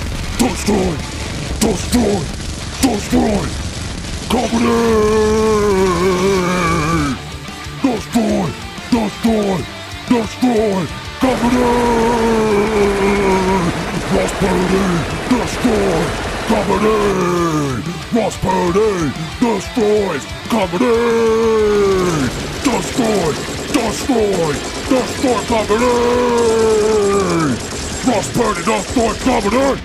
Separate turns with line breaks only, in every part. Destroy! Destroy! Destroy! Company! Destroy! Destroy! Destroy! Company! Prosperity! Destroy! Company! Prosperity! Destroys! Company! Destroy! Destroy! Destroy company! Prosperity! Destroy company!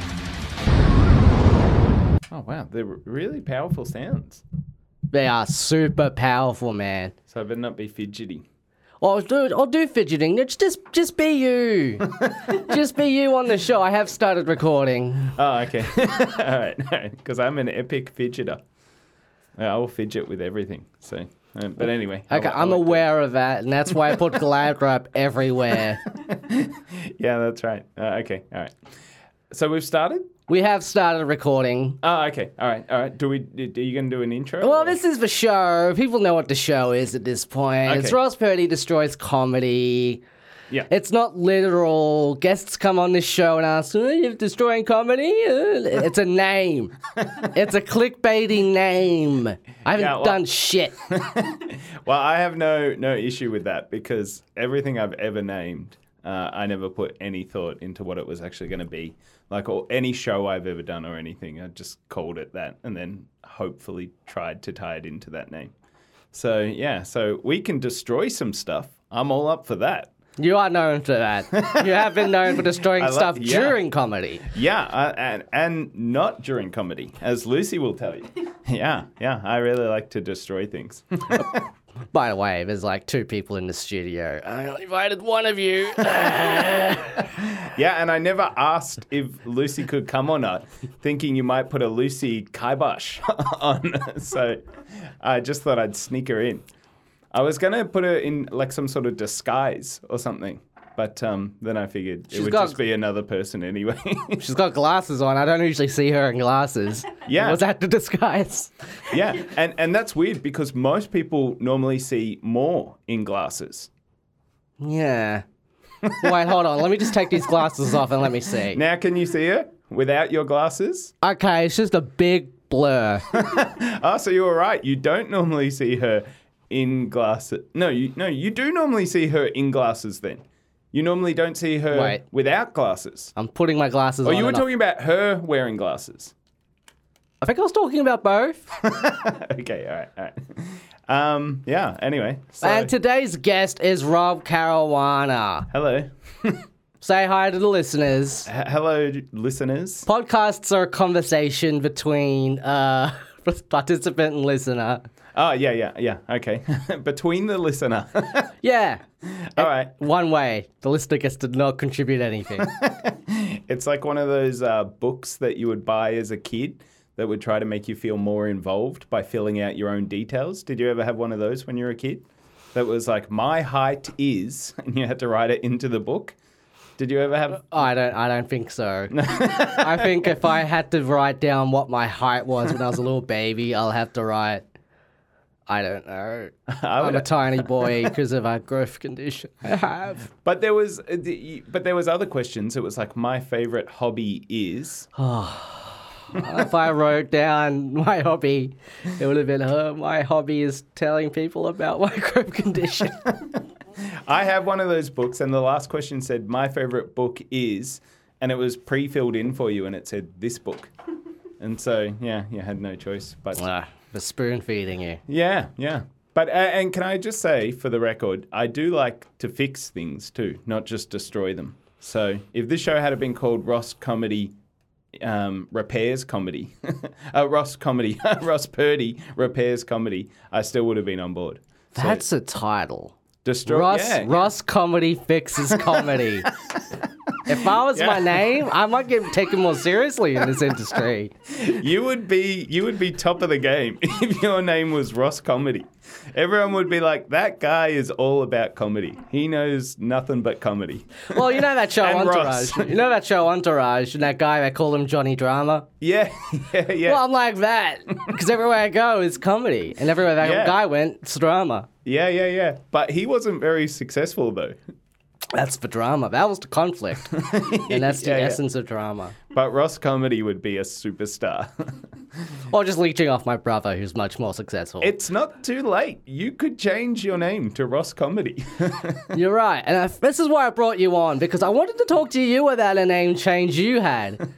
Oh wow, they're really powerful sounds.
They are super powerful, man.
So I better not be fidgety.
Oh, dude, I'll do fidgeting. It's Just, just be you. just be you on the show. I have started recording.
Oh, okay. All right, because I'm an epic fidgeter. I will fidget with everything. So, um, but anyway. I
Okay,
li- I
I'm
like-
aware of that, and that's why I put glad wrap everywhere.
Yeah, that's right. Uh, okay. All right. So we've started.
We have started recording.
Oh, okay. All right. All right. Do we? Are you going to do an intro?
Well,
or-
this is the show. People know what the show is at this point. It's
Okay.
Ross Purdy destroys comedy.
Yeah.
It's not literal. Guests come on this show and ask, "Oh, "You're destroying comedy?" Uh, It's a name. it's a clickbaity name. I haven't
Yeah, well-
done shit.
Well, I have no no issue with that because everything I've ever named, uh, I never put any thought into what it was actually going to be. Like or any show I've ever done or anything, I just called it that and then hopefully tried to tie it into that name. So yeah, so we can destroy some stuff. I'm all up for that.
You are known for that. You have been known for destroying
I love-
stuff
yeah.
during comedy.
Yeah, uh, and and not during comedy, as Lucy will tell you. Yeah, yeah, I really like to destroy things.
By the way, there's like two people in the studio. Uh, I only invited one of you.
Yeah, and I never asked if Lucy could come or not, thinking you might put a Lucy kibosh on. So I just thought I'd sneak her in. I was going to put her in like some sort of disguise or something, but um, then I figured it would
got-
just be another person anyway.
She's got glasses on. I don't usually see her in glasses.
Yeah.
Was that the disguise?
yeah, and, and that's weird because most people normally see more in glasses.
Yeah. Wait, hold on. Let me just take these glasses off and let me see.
Now, can you see her without your glasses?
Okay, it's just a big blur.
Ah, so you were right. You don't normally see her in glasses. No, you no, you do normally see her in glasses. Then you normally don't see her
Wait.
without glasses.
I'm putting my glasses
Oh,
on.
you were
and
talking about her wearing glasses.
I I think I was talking about both.
okay, all right, all right. Um, yeah. Anyway, so
And today's guest is Rob Caruana.
hello, H-
Say hi to the listeners.
hello, listeners.
Podcasts are a conversation between uh, participant and listener.
Oh, yeah, yeah, yeah. Okay, between the listener.
Yeah,
all right.
one way. The listener gets to not contribute anything.
It's like one of those uh, books that you would buy as a kid that would try to make you feel more involved by filling out your own details. Did you ever have one of those when you were a kid? That was like, my height is, and you had to write it into the book. Did you ever have?
Oh, I don't. I don't think so. I think if I had to write down what my height was when I was a little baby, I'll have to write. I don't know. I'm a tiny boy because of a growth condition I have.
But there was, uh, but there was other questions. It was like, my favorite hobby is.
if I wrote down my hobby, it would have been, oh, my hobby is telling people about my growth condition.
I have one of those books, and the last question said, "My favorite book is," and it was pre-filled in for you, and it said this book. And so, yeah, you had no choice but
Ah, the spoon feeding you.
Yeah, yeah. But uh, and can I just say, for the record, I do like to fix things too, not just destroy them. So if this show had been called Ross Comedy um, Repairs Comedy, uh, Ross Comedy, Ross Purdy Repairs Comedy, I still would have been on board. So
That's a title.
destroy.
Ross,
yeah,
Ross Comedy Fixes Comedy. if I was my name, I might get taken more seriously in this industry.
you would be you would be top of the game if your name was Ross Comedy. Everyone would be like, that guy is all about comedy. He knows nothing but comedy.
Well, you know that show
And
Entourage.
Ross.
You know that show Entourage and that guy they call him Johnny Drama.
Yeah, yeah, yeah.
Well, I'm like that because everywhere I go is comedy, and everywhere that
Yeah.
guy went, it's drama.
Yeah, yeah, yeah. But he wasn't very successful though.
That's for drama. That was the conflict. and that's the
Yeah, yeah.
essence of drama.
But Ross Comedy would be a superstar.
Or just leeching off my brother, who's much more successful.
it's not too late. You could change your name to Ross Comedy.
You're right. And I, this is why I brought you on, because I wanted to talk to you about a name change you had.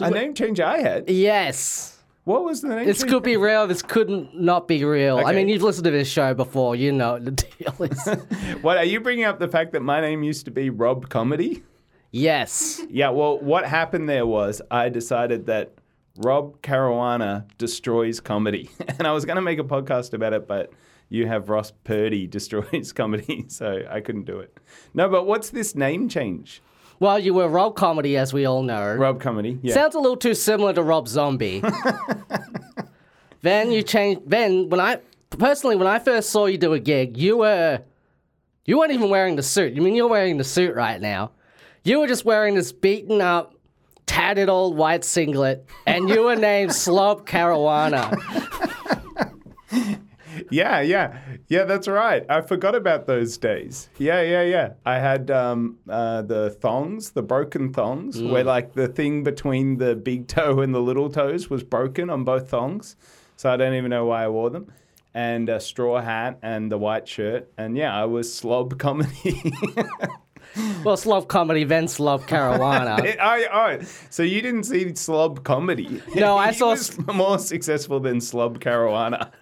a name change I had.
Yes.
What was the name?
This
change?
could be real. This couldn't not be real. I
Okay.
mean, you've listened to this show before. You know the deal is.
What are you bringing up the fact that my name used to be Rob Comedy?
yes.
Yeah, well, what happened there was I decided that Rob Caruana destroys comedy. And I was going to make a podcast about it, but you have Ross Purdy destroys comedy, so I couldn't do it. No, but what's this name change?
Well, you were Rob Comedy, as we all know.
Rob Comedy. Yeah.
Sounds a little too similar to Rob Zombie. then you changed. Then when I personally, when I first saw you do a gig, you were you weren't even wearing the suit. You mean, you're wearing the suit right now. You were just wearing this beaten up, tattered old white singlet, and you were named Slob Caruana.
yeah, yeah. Yeah, that's right. I forgot about those days. Yeah, yeah, yeah. I had um, uh, the thongs, the broken thongs,
Mm.
where like the thing between the big toe and the little toes was broken on both thongs. So I don't even know why I wore them. And a straw hat and the white shirt. And yeah, I was slob comedy.
Well, Slob Comedy, then Slob Caruana.
It- I, I, so you didn't see slob comedy.
No, I
He
saw
was more successful than slob Caruana.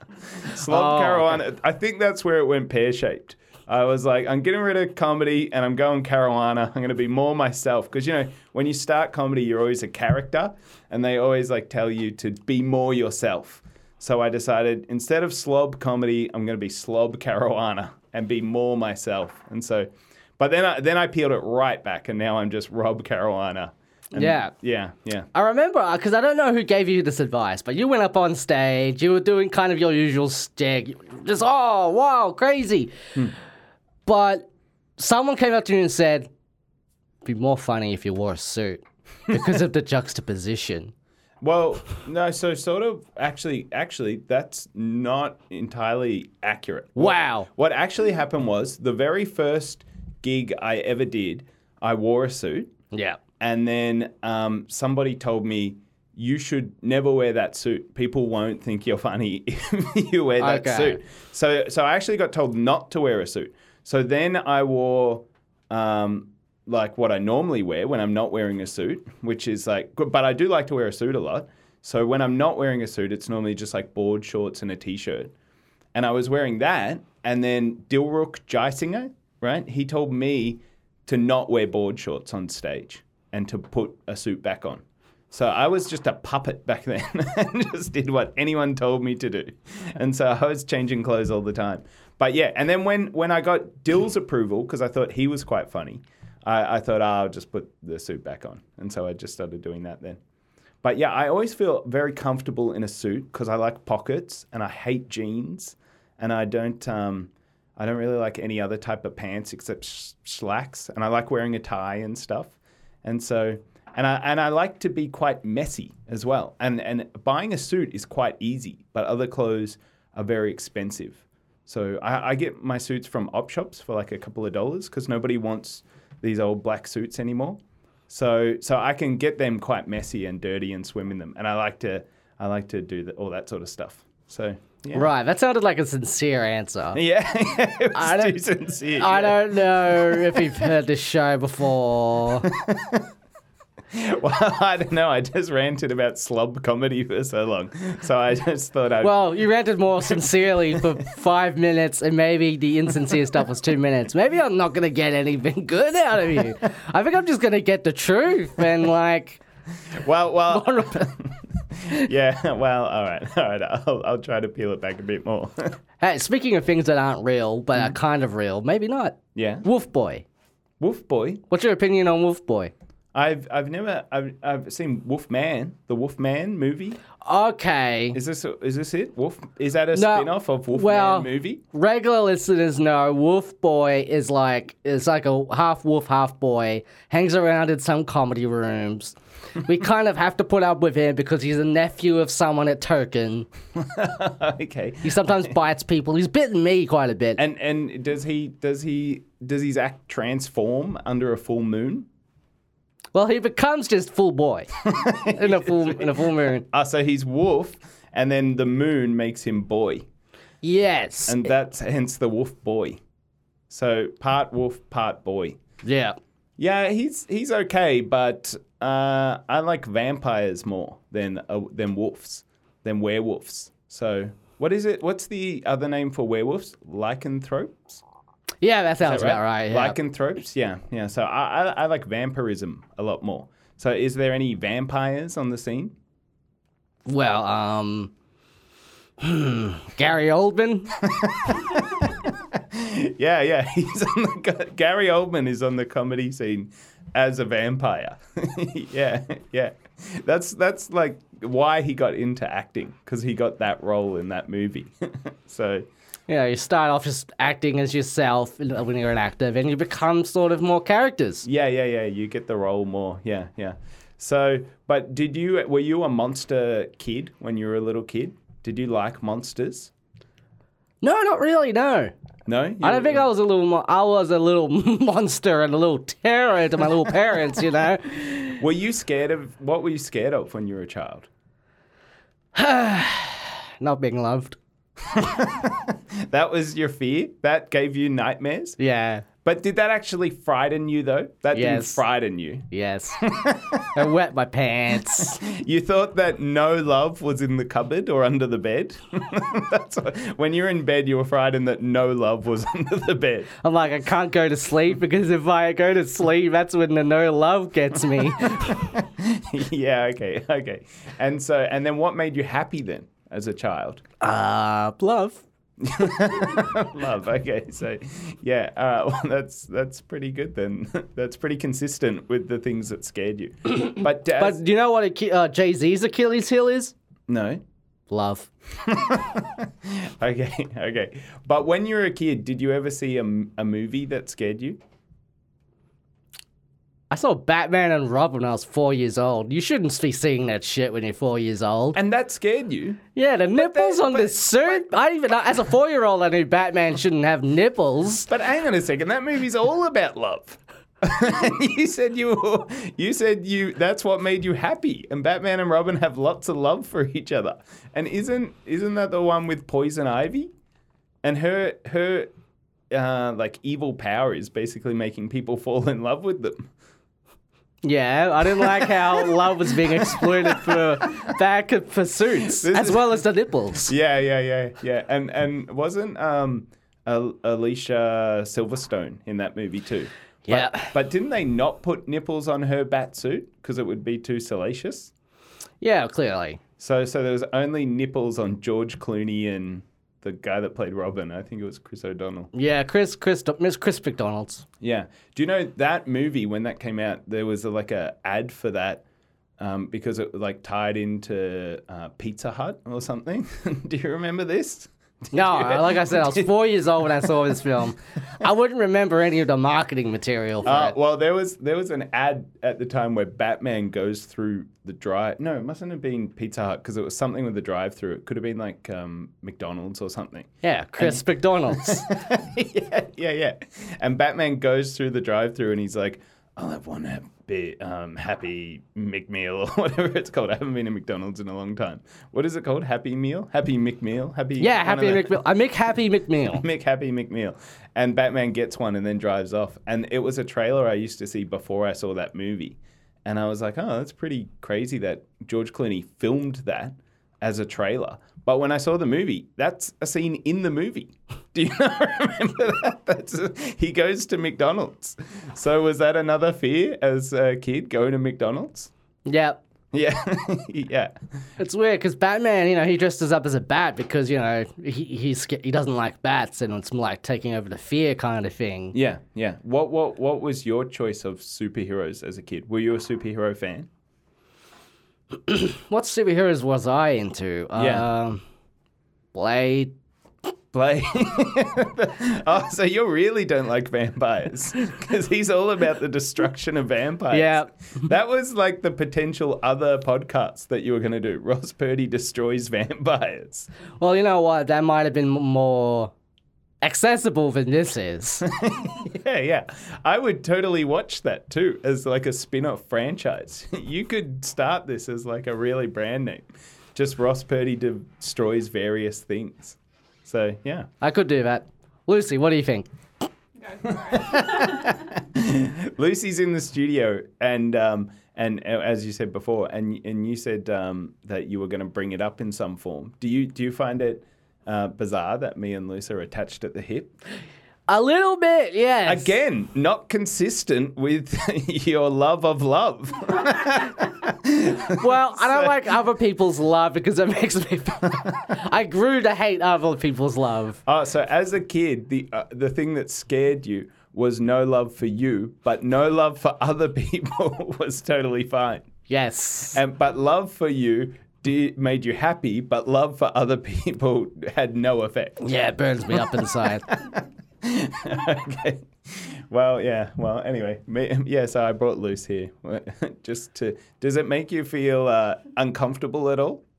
Slob
Oh,
Caruana. I think that's where it went pear shaped. I was like, I'm getting rid of comedy and I'm going Caruana. I'm going to be more myself because you know when you start comedy, you're always a character, and they always like tell you to be more yourself. So I decided instead of slob comedy, I'm going to be slob Caruana and be more myself. And so, but then I, then I peeled it right back, and now I'm just Rob Caruana. And
Yeah.
yeah, yeah.
I remember because I don't know who gave you this advice, but you went up on stage. You were doing kind of your usual stag, just oh wow, crazy. But someone came up to you and said, "It'd "Be more funny if you wore a suit because of the juxtaposition."
Well, no, so sort of actually, actually, that's not entirely accurate.
Wow.
What actually happened was the very first gig I ever did, I wore a suit,
Yeah.
and then um, somebody told me you should never wear that suit. People won't think you're funny if you wear that
Okay.
suit. So, so I actually got told not to wear a suit. So then I wore. Um, like what I normally wear when I'm not wearing a suit, which is like, good- but I do like to wear a suit a lot. So when I'm not wearing a suit, it's normally just like board shorts and a t-shirt. And I was wearing that, and then Dilruk Jaisinger, right? He told me to not wear board shorts on stage and to put a suit back on. So I was just a puppet back then and just did what anyone told me to do. And so I was changing clothes all the time. But yeah, and then when, when I got Dill's approval, because I thought he was quite funny, I, I thought, "Ah, I'll just put the suit back on. And so I just started doing that then. But yeah, I always feel very comfortable in a suit because I like pockets and I hate jeans and I don't um, I don't really like any other type of pants except sh- slacks and I like wearing a tie and stuff. And so and I and I like to be quite messy as well. And and buying a suit is quite easy, but other clothes are very expensive. So I, I get my suits from op shops for like a couple of dollars because nobody wants these old black suits anymore. So so I can get them quite messy and dirty and swim in them, and I like to I like to do the, all that sort of stuff. So yeah,
Right. That sounded like a sincere answer.
yeah, it was
I don't-
too sincere. yeah.
I don't know if you've heard this show before.
Well, I don't know. I just ranted about slob comedy for so long, so I just thought I'd.
Well, you ranted more sincerely for five minutes, and maybe the insincere stuff was two minutes. Maybe I'm not gonna get anything good out of you. I think I'm just gonna get the truth and like.
well, well. yeah. Well, all right, all right. I'll I'll try to peel it back a bit more.
Hey, speaking of things that aren't real but are kind of real, maybe not.
yeah.
Wolf Boy.
Wolf boy.
What's your opinion on Wolf Boy?
I've I've never I've, I've seen Wolfman, the Wolfman movie.
Okay.
Is this is this it? Wolf is that a
No,
spin-off of Wolfman
well-
movie?
Regular listeners know Wolf Boy is like is like a half wolf, half boy. Hangs around in some comedy rooms. We kind of have to put up with him because he's a nephew of someone at Token.
okay.
He sometimes bites people. He's bitten me quite a bit.
And and does he does he does his act transform under a full moon?
well, he becomes just full boy in a full in a full moon.
Ah, so he's wolf, and then the moon makes him boy,
Yes.
and that's hence the wolf boy. So part wolf, part boy.
yeah.
Yeah, he's he's okay, but uh, I like vampires more than uh, than wolves, than werewolves. So what is it? What's the other name for werewolves? Lycanthropes.
Yeah, that sounds
Is that
about right. yeah.
Lycanthropes, yeah, yeah. So I, I, I like vampirism a lot more. So is there any vampires on the scene?
Well, um, hmm, Gary Oldman.
Yeah, yeah. He's on the co- Gary Oldman is on the comedy scene as a vampire. yeah, yeah. That's that's like why he got into acting because he got that role in that movie. so
you know, you start off just acting as yourself uh, when you're an actor, then you become sort of more characters.
yeah, yeah, yeah. You get the role more. Yeah, yeah. So, but did you were you a monster kid when you were a little kid? Did you like monsters?
No, not really. No,
No, You
I
were-
don't think I was a little. Mo- I was a little monster and a little terror to my little parents. You know,
Were you scared of what were you scared of when you were a child?
not being loved.
That was your fear. That gave you nightmares.
Yeah.
But did that actually frighten you though? That didn't
Yes.
frighten you.
Yes. I wet my pants.
You thought that no love was in the cupboard or under the bed. That's what, when you're in bed, you were frightened that no love was under the bed.
I'm like, I can't go to sleep because if I go to sleep, that's when the no love gets me.
yeah. Okay. Okay. And so, and then what made you happy then as a child? Oh,
Uh, love.
love. Okay, so yeah, all right. Well, that's that's pretty good then. that's pretty consistent with the things that scared you. but uh, as-
But do you know what Achi- uh, Jay Z's Achilles heel is?
no.
Love.
Okay, okay. But when you were a kid, did you ever see a, m- a movie that scared you?
I saw Batman and Rob when I was four years old. You shouldn't be seeing that shit when you're four years old.
And that scared you?
Yeah, the nipples on
but-
this suit. I even as a four year old, I knew Batman shouldn't have nipples.
But hang on a second, that movie's all about love. you said you were- you said you that's what made you happy and Batman and Robin have lots of love for each other. And isn't isn't that the one with Poison Ivy? And her her uh, like evil power is basically making people fall in love with them.
Yeah, I didn't like how love was being exploited for back pursuits
This
as
is-
well as the nipples.
Yeah, yeah, yeah, yeah. And and wasn't um Al- Alicia Silverstone in that movie too? But-
Yeah.
but didn't they not put nipples on her bat suit because it would be too salacious?
Yeah, clearly.
So, so there was only nipples on George Clooney and the guy that played Robin. I think it was Chris O'Donnell.
Yeah, Chris, Chris, Miss Chris McDonald's.
Yeah. Do you know that movie when that came out? There was a, like a ad for that um, because it was like tied into uh, Pizza Hut or something. Do you remember this?
No, like I said, I was four years old when I saw this film. I wouldn't remember any of the marketing material for
Uh,
it.
well, there was there was an ad at the time where Batman goes through the drive. No, it mustn't have been Pizza Hut because it was something with the drive-through. It could have been like um, McDonald's or something.
Yeah, Chris McDonald's.
yeah, yeah, yeah. And Batman goes through the drive-through and he's like, "I'll have one ha- bit, um, happy McMeal or whatever it's called. I haven't been to McDonald's in a long time. What is it called? Happy Meal? Happy McMeal? Happy
Yeah,
one of
Happy
the-
McMeal. I make Happy McMeal.
Mick Happy McMeal. And Batman gets one and then drives off. And it was a trailer I used to see before I saw that movie. And I was like, oh, that's pretty crazy that George Clooney filmed that as a trailer. But when I saw the movie, that's a scene in the movie. Do you not remember that? That's he goes to McDonald's. So was that another fear as a kid going to McDonald's?
yep.
Yeah, yeah,
It's weird because Batman, you know, he dresses up as a bat because you know he he's, sca- he doesn't like bats and it's more like taking over the fear kind of thing.
yeah, yeah. What what what was your choice of superheroes as a kid? Were you a superhero fan?
What superheroes was I into?
Yeah.
Um, Blade.
Play. oh, so you really don't like vampires because he's all about the destruction of vampires.
Yeah.
that was like the potential other podcast that you were going to do. Ross Purdy destroys vampires.
Well, you know what? That might have been m- more accessible than this is.
Yeah, yeah. I would totally watch that too as like a spin-off franchise. you could start this as like a really brand name. Just Ross Purdy de- destroys various things. So, yeah.
I could do that. Lucy, what do you think?
Lucy's in the studio and um and uh, as you said before and and you said um that you were going to bring it up in some form. Do you do you find it uh, bizarre that me and Lucy are attached at the hip?
A little bit, yes.
Again, not consistent with your love of love.
Well, I don't like other people's love because it makes me. I grew to hate other people's love.
Oh, so as a kid, the uh, the thing that scared you was no love for you, but no love for other people was totally fine.
Yes.
And but love for you did, made you happy, but love for other people had no effect.
yeah, it burns me up inside.
okay. Well, yeah. Well, anyway, me, yeah. So I brought Luce here just to. Does it make you feel uh, uncomfortable at all?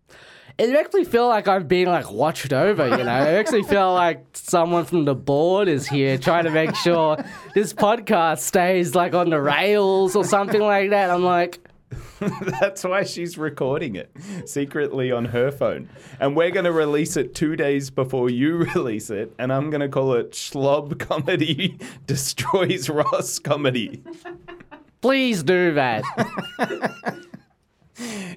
It makes me feel like I'm being like watched over, you know. It makes me feel like someone from the board is here trying to make sure this podcast stays like on the rails or something like that. I'm like,
That's why she's recording it secretly on her phone. And we're going to release it two days before you release it. And I'm going to call it Schlob Comedy Destroys Ross Comedy.
please do that.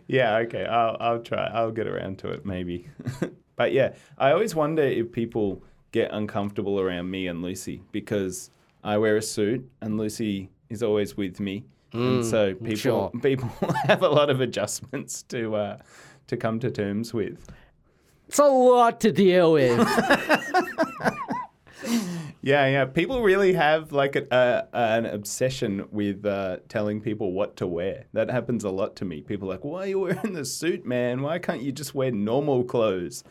Yeah, okay. I'll, I'll try. I'll get around to it maybe. but yeah, I always wonder if people get uncomfortable around me and Lucy because I wear a suit and Lucy is always with me. and so people
sure.
people have a lot of adjustments to uh, to come to terms with.
It's a lot to deal with.
Yeah, yeah. People really have like a, a, an obsession with uh, telling people what to wear. That happens a lot to me. People are like, why are you wearing the suit, man? Why can't you just wear normal clothes?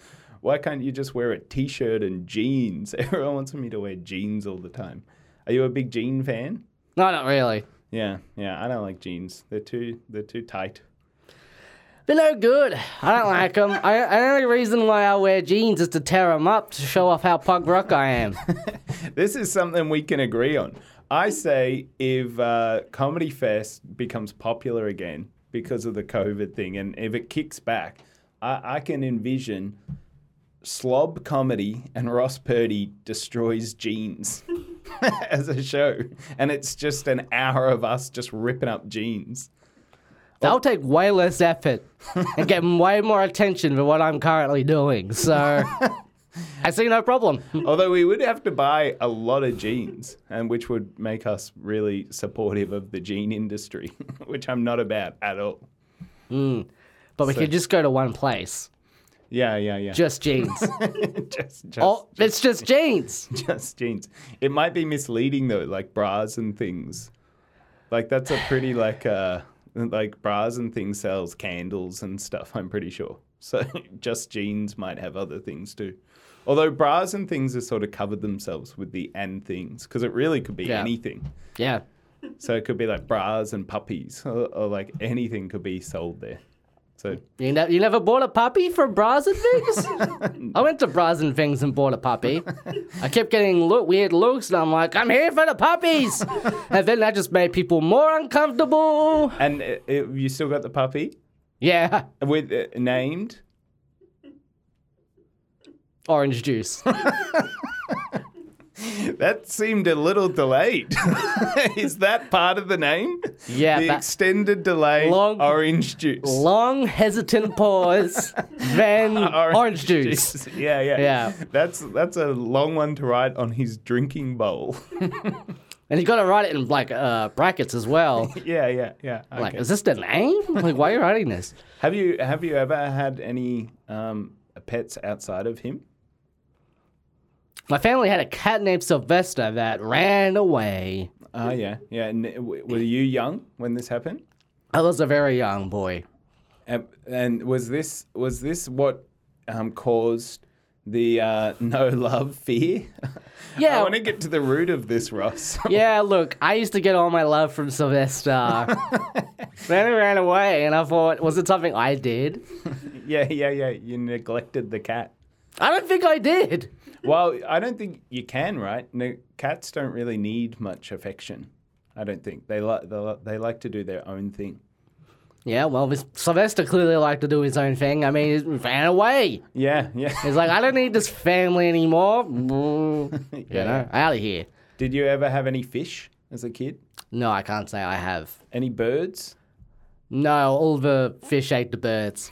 Why can't you just wear a t shirt and jeans? Everyone wants me to wear jeans all the time. Are you a big jean fan?
no, not really.
Yeah, yeah. I don't like jeans. They're too they're too tight.
They're no good. I don't like them. I, the only reason why I wear jeans is to tear them up to show off how punk rock I am.
This is something we can agree on. I say if uh, Comedy Fest becomes popular again because of the COVID thing and if it kicks back, I, I can envision slob comedy and Ross Purdy destroys jeans as a show. And it's just an hour of us just ripping up jeans.
They'll take way less effort and get way more attention than what I'm currently doing. So I see no problem.
Although we would have to buy a lot of jeans, and which would make us really supportive of the jean industry, which I'm not about at all.
But we
So-
could just go to one place.
Yeah, yeah, yeah.
Just jeans.
just, just,
oh, it's just jeans.
just jeans. It might be misleading though, like bras and things. Like that's a pretty like uh like bras and things sells candles and stuff. I'm pretty sure. So just jeans might have other things too. Although bras and things have sort of covered themselves with the and things because it really could be
Yeah.
anything.
Yeah.
So it could be like bras and puppies or, or like anything could be sold there. So
You, ne- you never bought a puppy from Bras and Things? I went to Bras and Things and bought a puppy. I kept getting lo- weird looks, and I'm like, I'm here for the puppies. and then that just made people more uncomfortable.
and it, it, you still got the puppy
Yeah.
with uh, named.
Orange juice.
That seemed a little delayed. Is that part of the name?
Yeah,
The
that-
extended delay
Long-
orange juice.
Long, hesitant pause, then orange, juice.
Yeah, yeah.
Yeah.
That's that's a long one to write on his drinking bowl.
And you got to write it in like uh, brackets as well.
Yeah, yeah, yeah. Okay.
Like, is this the name? Like, why are you writing this?
have you have you ever had any um, pets outside of him?
My family had a cat named Sylvester that ran away.
Oh yeah, yeah. And w- were you young when this happened?
I was a very young boy.
And, and was this was this what um, caused the uh, no love fear? I
Yeah.
want to get to the root of this, Ross.
Yeah, look, I used to get all my love from Sylvester. then he ran away, and I thought, was it something I did?
yeah, yeah, yeah. You neglected the cat.
I don't think I did.
Well, I don't think you can, right? No, cats don't really need much affection. I don't think they like they, li- they like to do their own thing.
Yeah, well, this- Sylvester clearly liked to do his own thing. I mean, he ran away.
Yeah, yeah.
He's like, I don't need this family anymore. you know, out of here.
Did you ever have any fish as a kid?
No, I can't say I have.
Any birds?
No, all the fish ate the birds.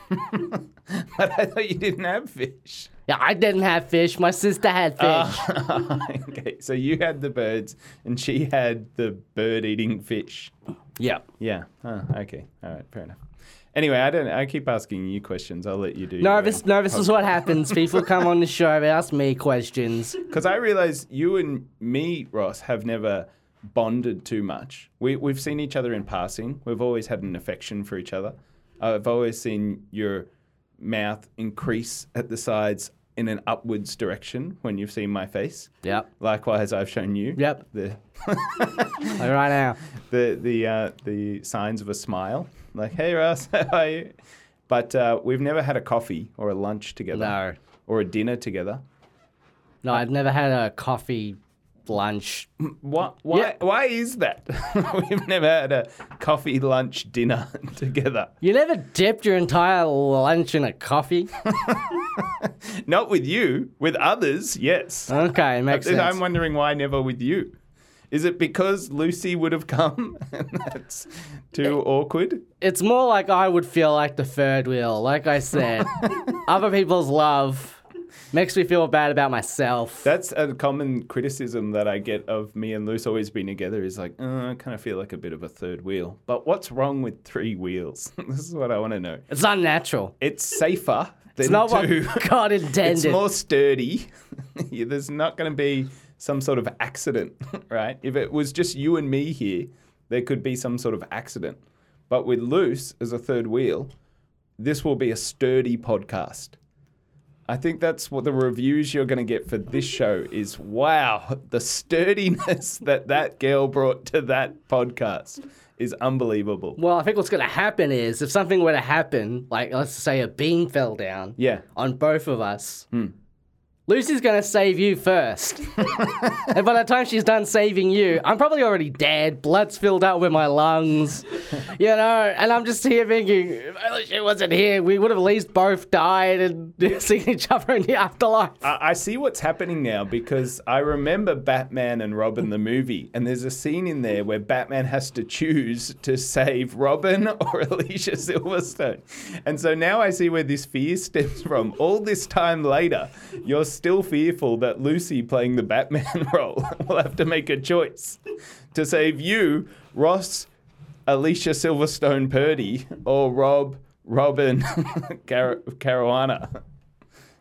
But I thought you didn't have fish.
yeah, I didn't have fish. My sister had fish.
Uh, okay, so you had the birds, and she had the bird-eating fish.
yeah.
Yeah. Huh, okay. All right. Fair enough. Anyway, I don't. I keep asking you questions. I'll let you do.
No, this, no, this is what happens. People come on the show, they ask me questions.
Because I realize you and me, Ross, have never bonded too much. We we've seen each other in passing. We've always had an affection for each other. I've always seen your mouth increase at the sides in an upwards direction when you've seen my face.
Yep.
Likewise, I've shown you.
Yep.
The
Like right now.
the the uh, the signs of a smile, like "Hey Russ, how are you?" But uh, we've never had a coffee or a lunch together,
No.
or a dinner together.
No, I've never had a coffee lunch.
What? Why?
Yeah.
Why is that? we've never had a coffee, lunch, dinner together.
You never dipped your entire lunch in a coffee?
Not with you, with others, yes.
Okay, makes sense.
I'm wondering why never with you. Is it because Lucy would have come? and That's too awkward.
It's more like I would feel like the third wheel. Like I said, other people's love makes me feel bad about myself.
That's a common criticism that I get of me and Luce always being together is like, "Uh, I kind of feel like a bit of a third wheel. But what's wrong with three wheels? this is what I want to know.
it's unnatural.
It's safer than
It's not what
two.
God
it's
intended.
more sturdy. Yeah, There's not going to be some sort of accident, right? If it was just you and me here, there could be some sort of accident. But with Luce as a third wheel, this will be a sturdy podcast. I think that's what the reviews you're going to get for this show is wow, the sturdiness that that girl brought to that podcast is unbelievable.
well, I think what's going to happen is if something were to happen, like let's say a beam fell down
Yeah.
on both of us, Lucy's going to save you first. and by the time she's done saving you, I'm probably already dead. Blood's filled out with my lungs, you know. And I'm just here thinking, if only she wasn't here, we would have at least both died and seen each other in the afterlife.
I I see what's happening now because I remember Batman and Robin the movie, and there's a scene in there where Batman has to choose to save Robin or Alicia Silverstone. And so now I see where this fear stems from. All this time later, you're still fearful that Lucy playing the Batman role will have to make a choice to save you, Ross, Alicia Silverstone Purdy, or Rob, Robin, Car- Caruana.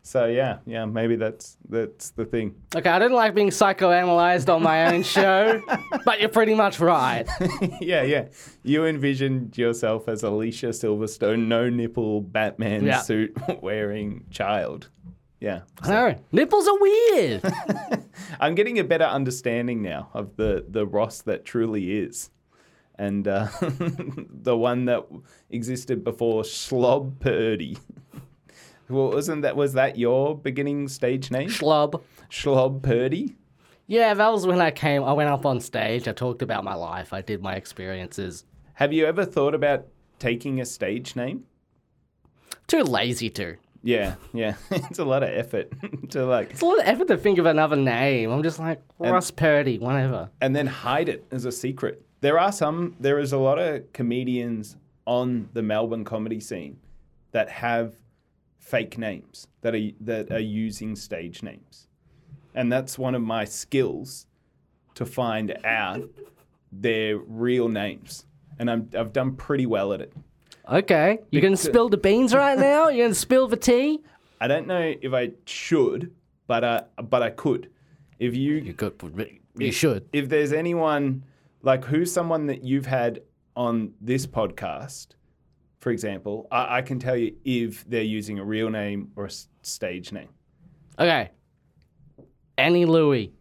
So yeah, yeah, maybe that's that's the thing.
Okay, I didn't like being psychoanalyzed on my own show, but you're pretty much right.
yeah, yeah. You envisioned yourself as Alicia Silverstone, no nipple Batman
Yeah.
suit wearing child. Yeah.
No, nipples are weird.
I'm getting a better understanding now of the the Ross that truly is. And uh, the one that existed before Slob Purdy. Well, wasn't that was that your beginning stage name?
Schlob.
Schlob Purdy?
Yeah, that was when I came. I went up on stage. I talked about my life. I did my experiences.
Have you ever thought about taking a stage name?
Too lazy to.
Yeah, yeah. it's a lot of effort to like,
It's a lot of effort to think of another name. I'm just like Ross Purdy, whatever.
and then hide it as a secret. There are some, there is a lot of comedians on the Melbourne comedy scene that have fake names that are that are using stage names, and that's one of my skills to find out their real names, and I'm, I've done pretty well at it.
Okay. You're going to spill the beans right now? You're going to spill the tea?
I don't know if I should, but uh, but I could. If you
You could. but You should.
if there's anyone like who's someone that you've had on this podcast, for example, I, I can tell you if they're using a real name or a s- stage name.
Okay. Annie Louie.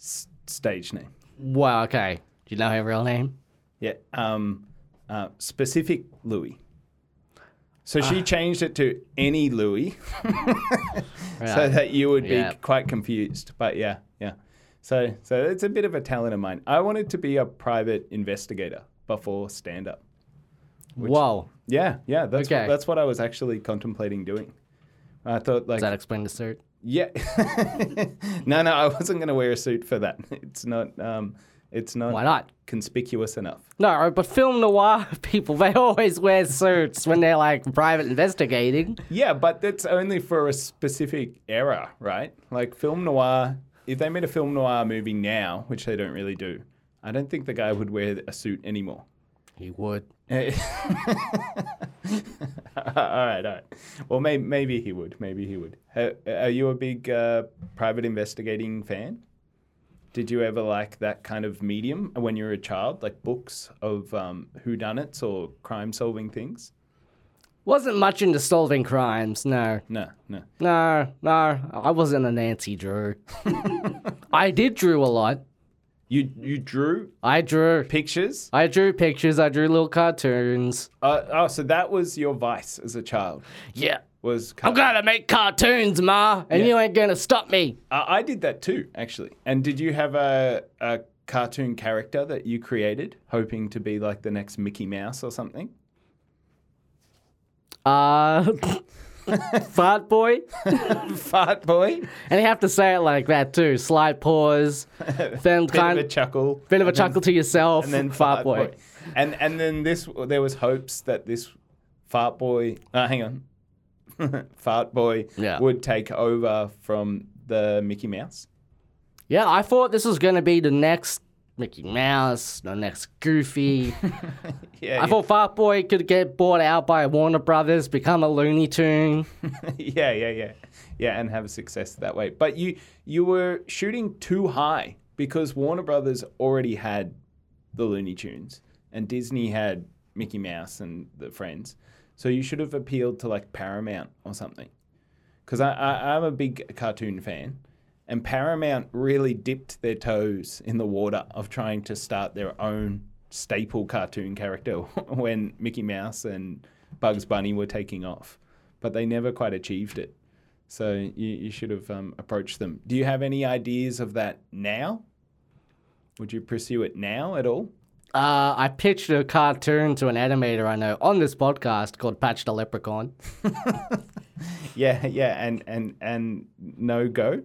S- stage name.
Wow, okay. Do you know her real name?
Yeah. Um, uh, specific Louis. So she changed it to any Louis, so
Right.
that you would be
Ah. Yeah.
quite confused. But yeah, yeah. So so it's a bit of a talent of mine. I wanted to be a private investigator before stand up.
Whoa.
Yeah, yeah. That's
Okay.
what, that's what I was actually contemplating doing. I thought like
Does that explain the suit?
yeah. no, no, I wasn't going to wear a suit for that. It's not um, it's not
Why not?
conspicuous enough.
No, but film noir people, they always wear suits when they're like private investigating.
Yeah, but that's only for a specific era, right? Like film noir. If they made a film noir movie now, which they don't really do, I don't think the guy would wear a suit anymore.
He would.
Eh. all right, all right. Well, may, maybe he would. Maybe he would. Ha- Are you a big uh, private investigating fan? Did you ever like that kind of medium when you were a child, like books of um, whodunits or crime-solving things?
Wasn't much into solving crimes, no.
No, no.
No, no. I wasn't a Nancy Drew. I did drew a lot.
You you drew
I drew.
pictures.
I drew pictures, I drew little cartoons.
Uh, oh, so that was your vice as a child.
Yeah.
Was
I'm gonna make cartoons, Ma, and
Yeah.
you ain't gonna stop me.
Uh, I, I did that too, actually. And did you have a, a cartoon character that you created, hoping to be like the next Mickey Mouse or something?
Uh, fart boy.
Fart boy,
And you have to say it like that too. Slight pause, then
bit
kind
of a chuckle,
bit of a chuckle to yourself,
and then fart boy. And and then this, there was hopes that this fart boy. Uh, hang on, fart boy
Yeah.
would take over from the Mickey Mouse.
Yeah, I thought this was gonna be the next Mickey Mouse, the next Goofy.
Yeah,
I thought Fart Boy could get bought out by Warner Brothers, become a Looney Tune.
yeah, yeah, yeah, yeah, and have success that way. But you you were shooting too high because Warner Brothers already had the Looney Tunes and Disney had Mickey Mouse and the Friends, so you should have appealed to like Paramount or something. Because I, I I'm a big cartoon fan, and Paramount really dipped their toes in the water of trying to start their own staple cartoon character when Mickey Mouse and Bugs Bunny were taking off, but they never quite achieved it. So you, you should have um, approached them. Do you have any ideas of that now? Would you pursue it now at all?
Uh, I pitched a cartoon to an animator I know on this podcast called Patch the Leprechaun.
Yeah, yeah, and and and no go.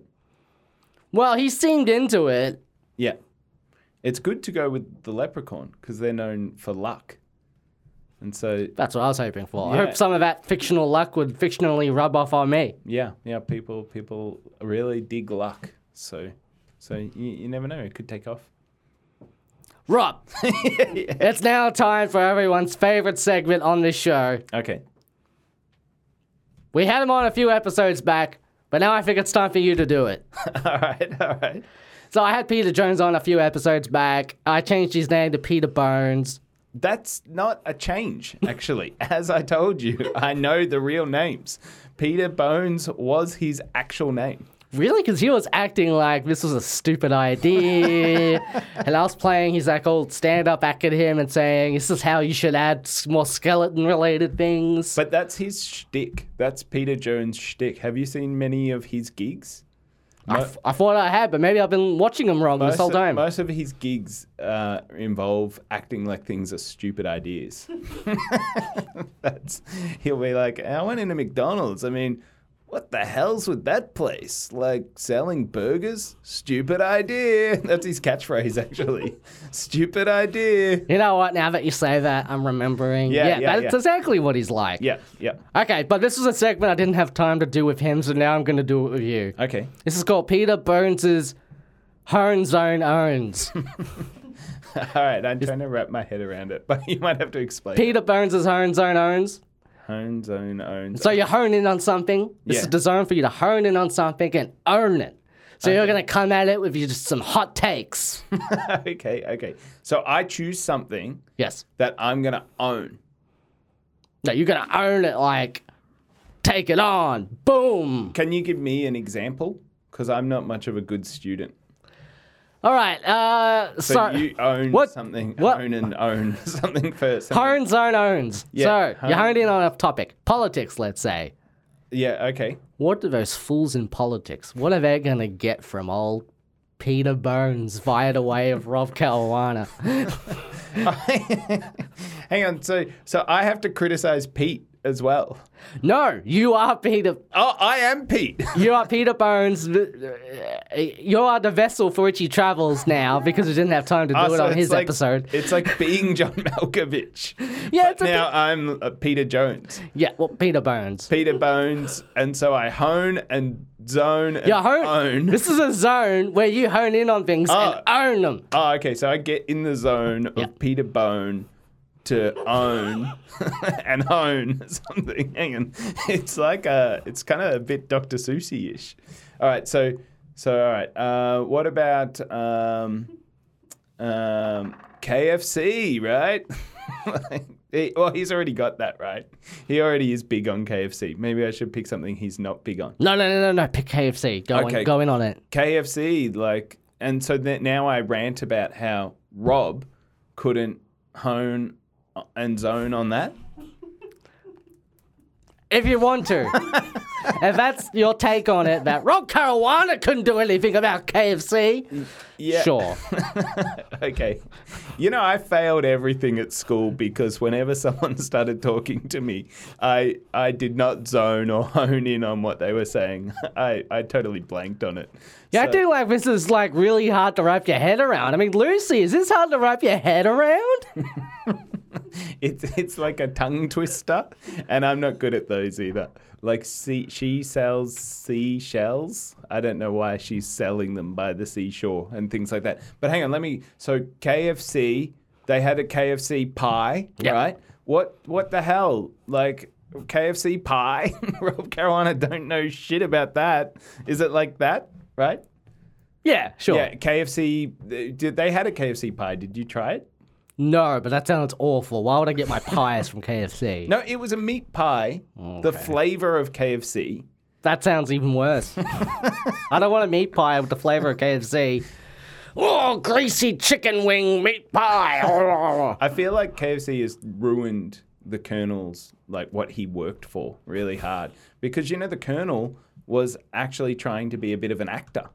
Well, he seemed into it.
Yeah, it's good to go with the leprechaun because they're known for luck, and so
That's what I was hoping for. I
Yeah.
hope some of that fictional luck would fictionally rub off on me.
yeah, yeah, people people really dig luck. So so you, you never know, it could take off.
Rob, it's now time for everyone's favorite segment on this show.
Okay,
We had him on a few episodes back, but now I think it's time for you to do it.
all right, all right.
So I had Peter Jones on a few episodes back. I changed his name to Peter Bones.
That's not a change, actually. As I told you, I know the real names. Peter Bones was his actual name.
Really? Because he was acting like this was a stupid idea. and I was playing his like old stand up back at him and saying, this is how you should add s- more skeleton related things.
But that's his shtick. That's Peter Jones' shtick. Have you seen many of his gigs?
I, f- I thought I had, but maybe I've been watching him wrong this whole
of,
time.
most of his gigs uh, involve acting like things are stupid ideas. That's he'll be like, I went into McDonald's. I mean, what the hell's with that place? Like selling burgers? Stupid idea. That's his catchphrase actually. stupid idea.
You know what? Now that you say that, I'm remembering.
Yeah, yeah,
that's
yeah.
exactly what he's like.
Yeah, yeah.
Okay, but this was a segment I didn't have time to do with him, so now I'm going to do it with you.
Okay.
This is called Peter Bones's Hone Zone owns.
All right, I'm trying to wrap my head around it, but you might have to explain.
Peter Bones is Hone Zone owns.
Hone zone owns.
So you're honing on something. This is
Yeah.
designed for you to hone in on something and own it. So you're gonna come at it with your, just some hot takes.
okay, okay. So I choose something
yes.
that I'm gonna own.
No, you're gonna own it. Like, take it on. Boom.
Can you give me an example? Because I'm not much of a good student.
All right. Uh,
So,
so
you own
what-
something.
what-
Own and own something first. something-
hone zone owns.
Yeah,
so you're
hone-
honed in on a topic, politics. Let's say.
Yeah. Okay.
What do those fools in politics? What are they gonna get from old Peter Bones via the way of Rob Caruana?
Hang on. So so I have to criticize Pete as well.
no, you are Peter.
Oh, I am Pete.
You are Peter Bones. You are the vessel for which he travels now because we didn't have time to do
Oh,
it
so
on
it's
his
like-
episode.
It's like being John Malkovich.
Yeah,
But
it's a
now I'm uh, Peter Jones,
Yeah, well, Peter Bones.
Peter Bones, and so I hone and zone. And
Yeah, hone.
own.
This is a zone where you hone in on things
Oh.
and own them.
Oh, okay. So I get in the zone of Peter Bone to own and hone something. Hang on. It's like a, it's kind of a bit Dr. Susie ish. All right. So, so, all right. Uh, what about um, um, KFC, right? He- well, he's already got that, right? He already is big on KFC. Maybe I should pick something he's not big on.
No, no, no, no, no. Pick KFC. Go in,
Okay.
go in on it.
KFC, like, and so then now I rant about how Rob couldn't hone uh, and zone on that.
if you want to. if that's your take on it, that Rob Caruana couldn't do anything about KFC.
Yeah.
Sure.
Okay. You know, I failed everything at school because whenever someone started talking to me, I I did not zone or hone in on what they were saying. I, I totally blanked on it.
Yeah, I
So-
do like this is like really hard to wrap your head around. I mean, Lucy, is this hard to wrap your head around?
It's it's like a tongue twister, and I'm not good at those either. Like sea, she sells seashells. I don't know why she's selling them by the seashore and things like that. But hang on, let me. So KFC, they had a KFC pie,
Yeah.
right? What what the hell? Like KFC pie? Rob Carolina don't know shit about that. Is it like that, right?
yeah, sure.
Yeah, KFC. Did they had a KFC pie? Did you try it?
No, but that sounds awful. Why would I get my pies from KFC?
No, it was a meat pie. The flavor of KFC.
That sounds even worse. I don't want a meat pie with the flavor of KFC. Oh, greasy chicken wing meat pie.
I feel like KFC has ruined the Colonel's like what he worked for really hard because you know the Colonel was actually trying to be a bit of an actor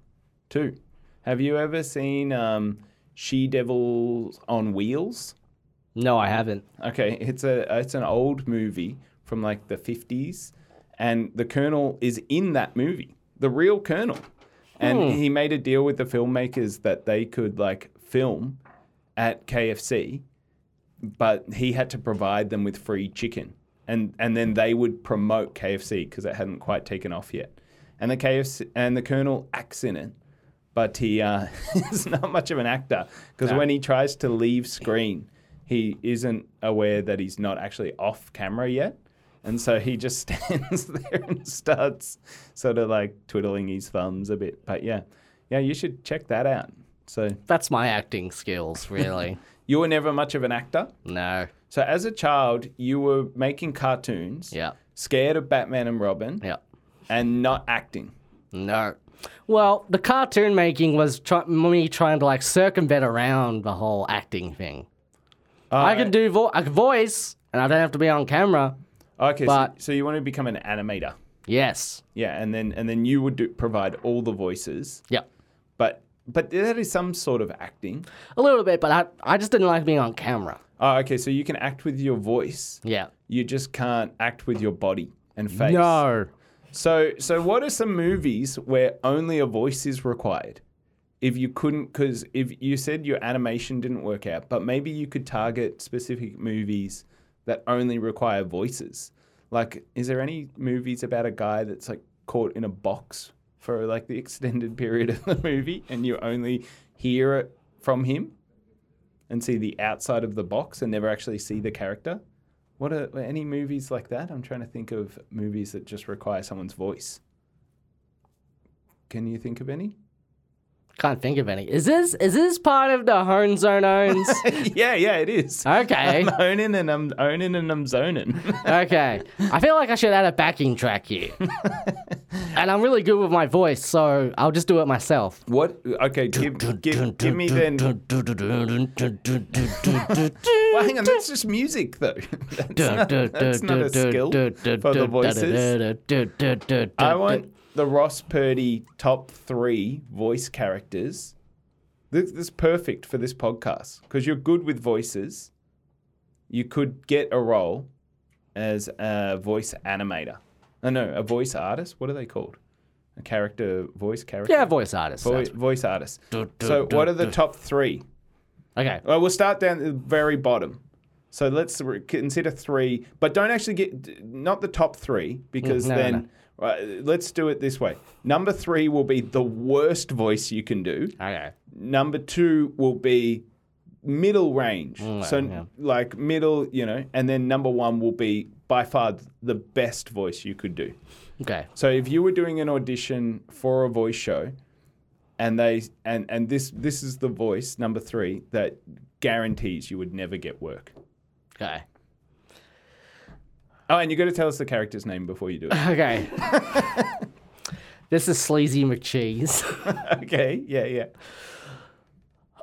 too. Have you ever seen um, She Devils on Wheels?
no, I haven't.
Okay, it's a it's an old movie from like the fifties, and the Colonel is in that movie, the real Colonel, and he made a deal with the filmmakers that they could like film at KFC, but he had to provide them with free chicken, and and then they would promote KFC because it hadn't quite taken off yet, and the KFC and the Colonel acts in it, but he uh, is not much of an actor because when he tries to leave screen, he isn't aware that he's not actually off camera yet. And so he just stands there and starts sort of like twiddling his thumbs a bit. But yeah, yeah, you should check that out. So
That's my acting skills, really.
you were never much of an actor.
no.
So as a child, you were making cartoons,
Yeah.
scared of Batman and Robin,
Yeah.
and not acting.
No. Well, the cartoon making was try- me trying to like circumvent around the whole acting thing. I can do vo- I can voice, and I don't have to be on camera.
Okay, so- so,
but-
you want to become an animator,
Yes.
yeah, and then and then you would do, provide all the voices,
Yep.
but but that is some sort of acting.
A little bit, but I I just didn't like being on camera.
Oh, okay, so you can act with your voice,
Yeah.
you just can't act with your body and face.
No.
So so what are some movies where only a voice is required? If you couldn't, because if you said your animation didn't work out, but maybe you could target specific movies that only require voices. Like, is there any movies about a guy that's like caught in a box for like the extended period of the movie, and you only hear it from him and see the outside of the box and never actually see the character. What are were any movies like that? I'm trying to think of movies that just require someone's voice. Can you think of any?
Can't think of any. Is this is this part of the Hone Zone Owns?
yeah, yeah, it is.
Okay.
I'm owning and I'm owning and I'm zoning.
okay. I feel like I should add a backing track here. and I'm really good with my voice, so I'll just do it myself.
what? Okay, give, give, give me then. Well, hang on, that's just music though. That's not, that's not a skill for the voices. I want the Ross Purdy top three voice characters. This, this is perfect for this podcast because you're good with voices. You could get a role as a voice animator. Oh, no, a voice artist. What are they called? A character, voice character?
Yeah, voice artist.
Voice, voice artist. So, what are the top three?
Okay.
Well, we'll start down at the very bottom. So let's re- consider three, but don't actually get d- not the top three because
Mm, no, no,
then Right, let's do it this way. Number three will be the worst voice you can do.
Okay.
Number two will be middle range. so
Mm, yeah.
like middle, you know, and then number one will be by far the best voice you could do.
Okay.
So if you were doing an audition for a voice show, and they and and this this is the voice number three that guarantees you would never get work.
Okay.
Oh, and you got to tell us the character's name before you do it.
Okay. this is Sleazy McCheese.
okay, yeah, yeah.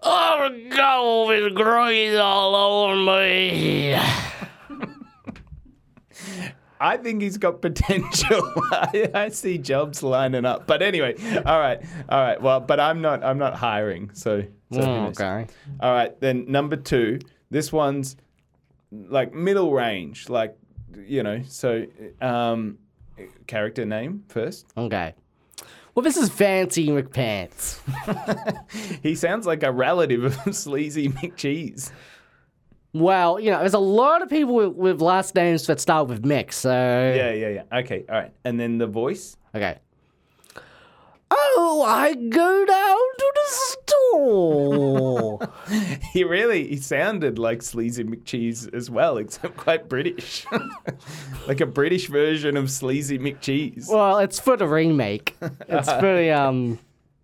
Oh, God, with grease all over me.
I think he's got potential. I, I see jobs lining up. But anyway, all right, all right. Well, but I'm not I'm not hiring. So, so who knows?
Mm, okay.
All right, then number two. This one's like middle range, like you know. So, um, character name first.
Okay. Well, this is Fancy McPants.
He sounds like a relative of Sleazy McCheese.
Well, you know, there's a lot of people with, with last names that start with Mick, so.
Yeah, yeah, yeah. Okay, all right. And then the voice.
Okay. Oh, I go down to the store.
He really he sounded like Sleazy McCheese as well, except quite British, like a British version of Sleazy McCheese.
well, it's for the remake. It's for the, um,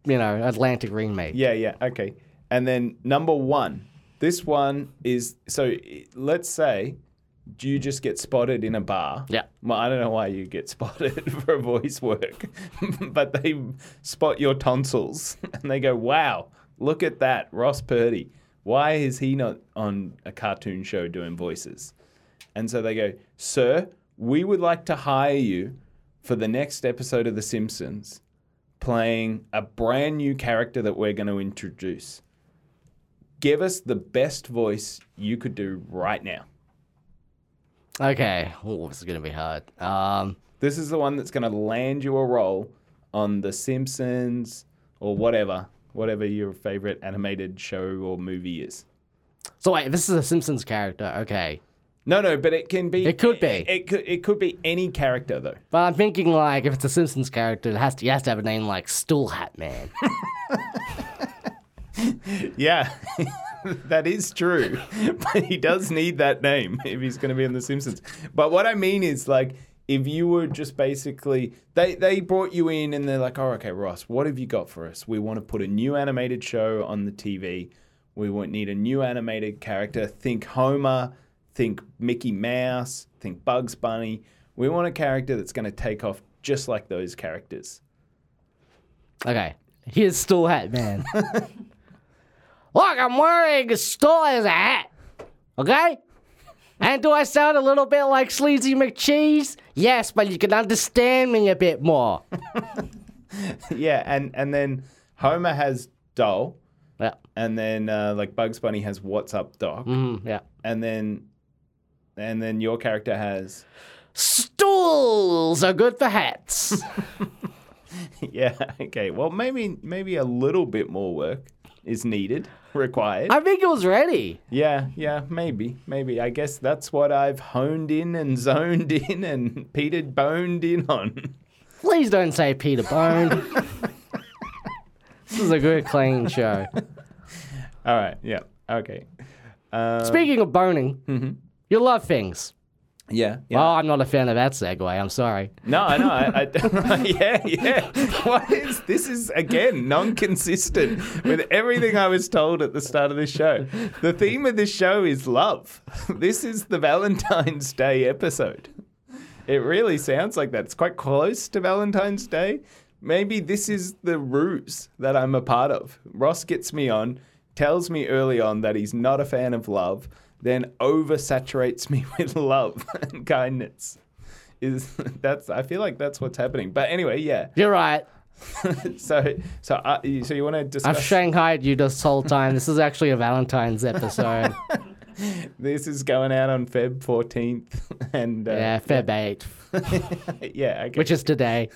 you know, Atlantic remake.
Yeah, yeah, okay. And then number one, this one is so. i- Let's say you just get spotted in a bar.
Yeah.
Well, I don't know why you get spotted for a voice work, but they spot your tonsils and they go, "Wow, look at that, Ross Purdy. Why is he not on a cartoon show doing voices?" And so they go, "Sir, we would like to hire you." For the next episode of The Simpsons, playing a brand new character that we're going to introduce. Give us the best voice you could do right now.
Okay. Oh, this is going to be hard. Um,
This is the one that's going to land you a role on The Simpsons or whatever, whatever your favorite animated show or movie is.
so, wait, this is a Simpsons character. Okay.
No, no, but it can be.
It could be.
It, could. It could be any character though.
But I'm thinking, like, if it's a Simpsons character, it has to, he has to have a name like Stool Hat Man.
Yeah, that is true. But he does need that name if he's going to be in The Simpsons. But what I mean is, like, if you were just basically they they brought you in and they're like, "Oh, okay, Ross, what have you got for us? We want to put a new animated show on the TV. We want need a new animated character. Think Homer, think Mickey Mouse, think Bugs Bunny. We want a character that's going to take off just like those characters."
Okay. Here's Stool Hat Man. Look, I'm wearing a stool as a hat. Okay? And do I sound a little bit like Sleazy McCheese? Yes, but you can understand me a bit more.
yeah, and and then Homer has Doll.
yeah.
and then uh, like Bugs Bunny has "What's Up, Doc,"
Mm, yeah.
and then and then your character has
Stools are good for hats.
yeah okay well maybe maybe a little bit more work is needed required
I think it was ready.
yeah yeah maybe maybe I guess that's what I've honed in and zoned in and Peter boned in on
Please don't say Peter Bone. this is a good, clean show.
All right. Yeah. Okay.
Speaking of boning, you love things.
Yeah. yeah.
Well, I'm not a fan of that segue. I'm sorry.
No, I know. I, I, yeah, yeah. What is this? Is again non-consistent with everything I was told at the start of this show. The theme of this show is love. This is the Valentine's Day episode. It really sounds like that. It's quite close to Valentine's Day. Maybe this is the ruse that I'm a part of. Ross gets me on, tells me early on that he's not a fan of love, then oversaturates me with love and kindness. Is that's I feel like that's what's happening. But anyway, yeah.
You're right.
So so uh, you- so you want to discuss
I've shanghaied you this whole time. This is actually a Valentine's episode.
this is going out on Feb 14th and uh,
yeah, Feb 8th,
yeah, okay.
which is today.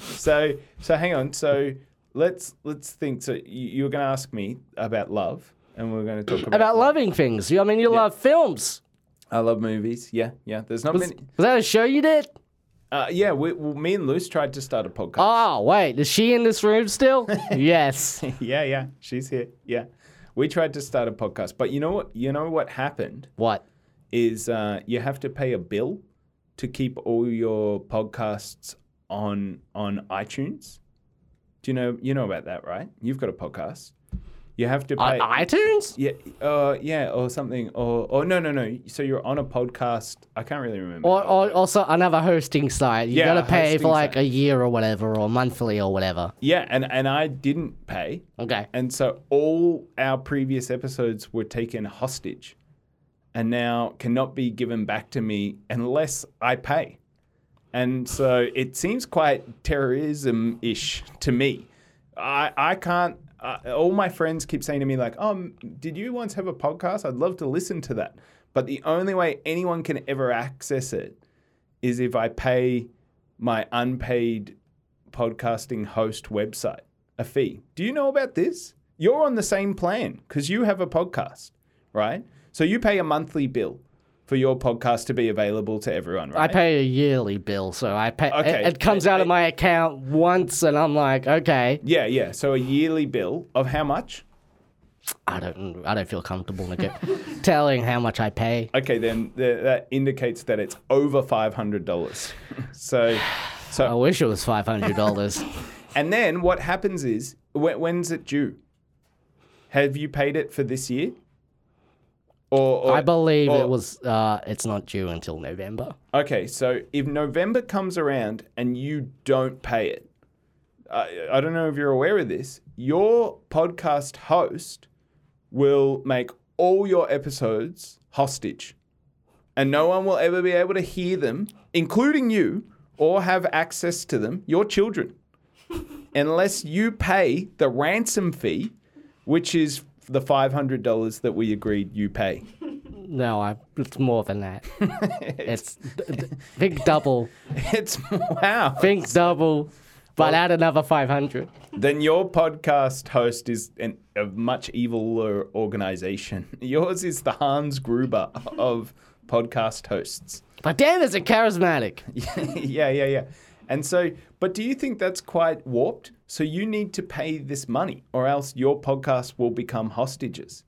so so hang on so let's let's think so you, you were going to ask me about love and we are going to talk about,
About loving things. You, I mean, you love films.
i love movies yeah yeah there's not
Was,
many
was that a show you did?
uh, yeah we, well, me and luce tried to start a podcast
Oh, wait. Is she in this room still? yes.
yeah yeah she's here yeah we tried to start a podcast but you know what you know what happened
What?
is uh, you have to pay a bill to keep all your podcasts on on iTunes. Do you know you know about that, right? You've got a podcast. You have to
On
pay
iTunes?
yeah, uh, yeah, or something, or or no, no, no. So you're on a podcast. I can't really remember.
Or, or also another hosting site. You
Yeah,
gotta
a
pay
hosting
for like
site.
a year or whatever, or monthly or whatever.
yeah, and and I didn't pay,
Okay.
and so all our previous episodes were taken hostage, and now cannot be given back to me unless I pay. And so it seems quite terrorism ish to me. I, I can't, I, all my friends keep saying to me, like, um, did you once have a podcast? I'd love to listen to that. But the only way anyone can ever access it is if I pay my unpaid podcasting host website a fee. Do you know about this? You're on the same plan because you have a podcast, right? So you pay a monthly bill for your podcast to be available to everyone, right?
I pay a yearly bill, so I pay.
Okay.
It, it comes out of my account once, and I'm like, okay,
Yeah, yeah. So a yearly bill of how much?
I don't, I don't feel comfortable nigga, telling how much I pay.
Okay, then th- that indicates that it's over five hundred dollars. so,
I
so
wish it was five hundred dollars.
and then what happens is wh- when's it due? Have you paid it for this year? Or, or
I believe
or-
it was. Uh, it's not due until November.
Okay, so if November comes around and you don't pay it, I, I don't know if you're aware of this, your podcast host will make all your episodes hostage. And no one will ever be able to hear them, including you, or have access to them, your children, unless you pay the ransom fee, which is the $500 that we agreed you pay.
No, I, it's more than that. it's d- d- think double,
It's wow.
think double, but add another five hundred.
then your podcast host is an, a much eviler organization. Yours is the Hans Gruber of podcast hosts.
But damn, is it charismatic?
yeah, yeah, yeah. And so, but do you think that's quite warped? So you need to pay this money, or else your podcast will become hostages.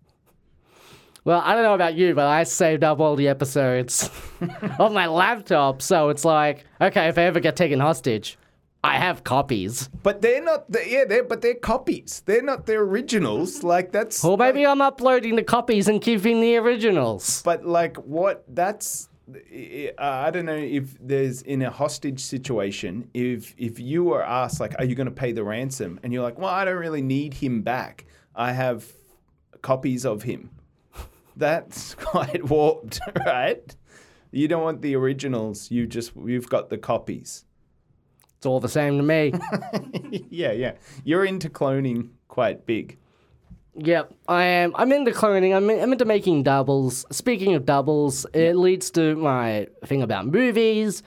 Well, I don't know about you, but I saved up all the episodes on my laptop, so it's like, okay, if I ever get taken hostage, I have copies.
But they're not. The, yeah, they're but they're copies. They're not the originals. Like that's.
Or maybe I'm uploading the copies and keeping the originals.
But like, what? That's I- I I don't know if there's in a hostage situation. If if you were asked like, are you going to pay the ransom? And you're like, well, I don't really need him back. I have copies of him. That's quite warped, right? You don't want the originals. You just you've got the copies.
It's all the same to me.
Yeah, yeah. You're into cloning quite big.
yep, I am. I'm into cloning. I'm, in, I'm into making doubles. Speaking of doubles, it leads to my thing about movies.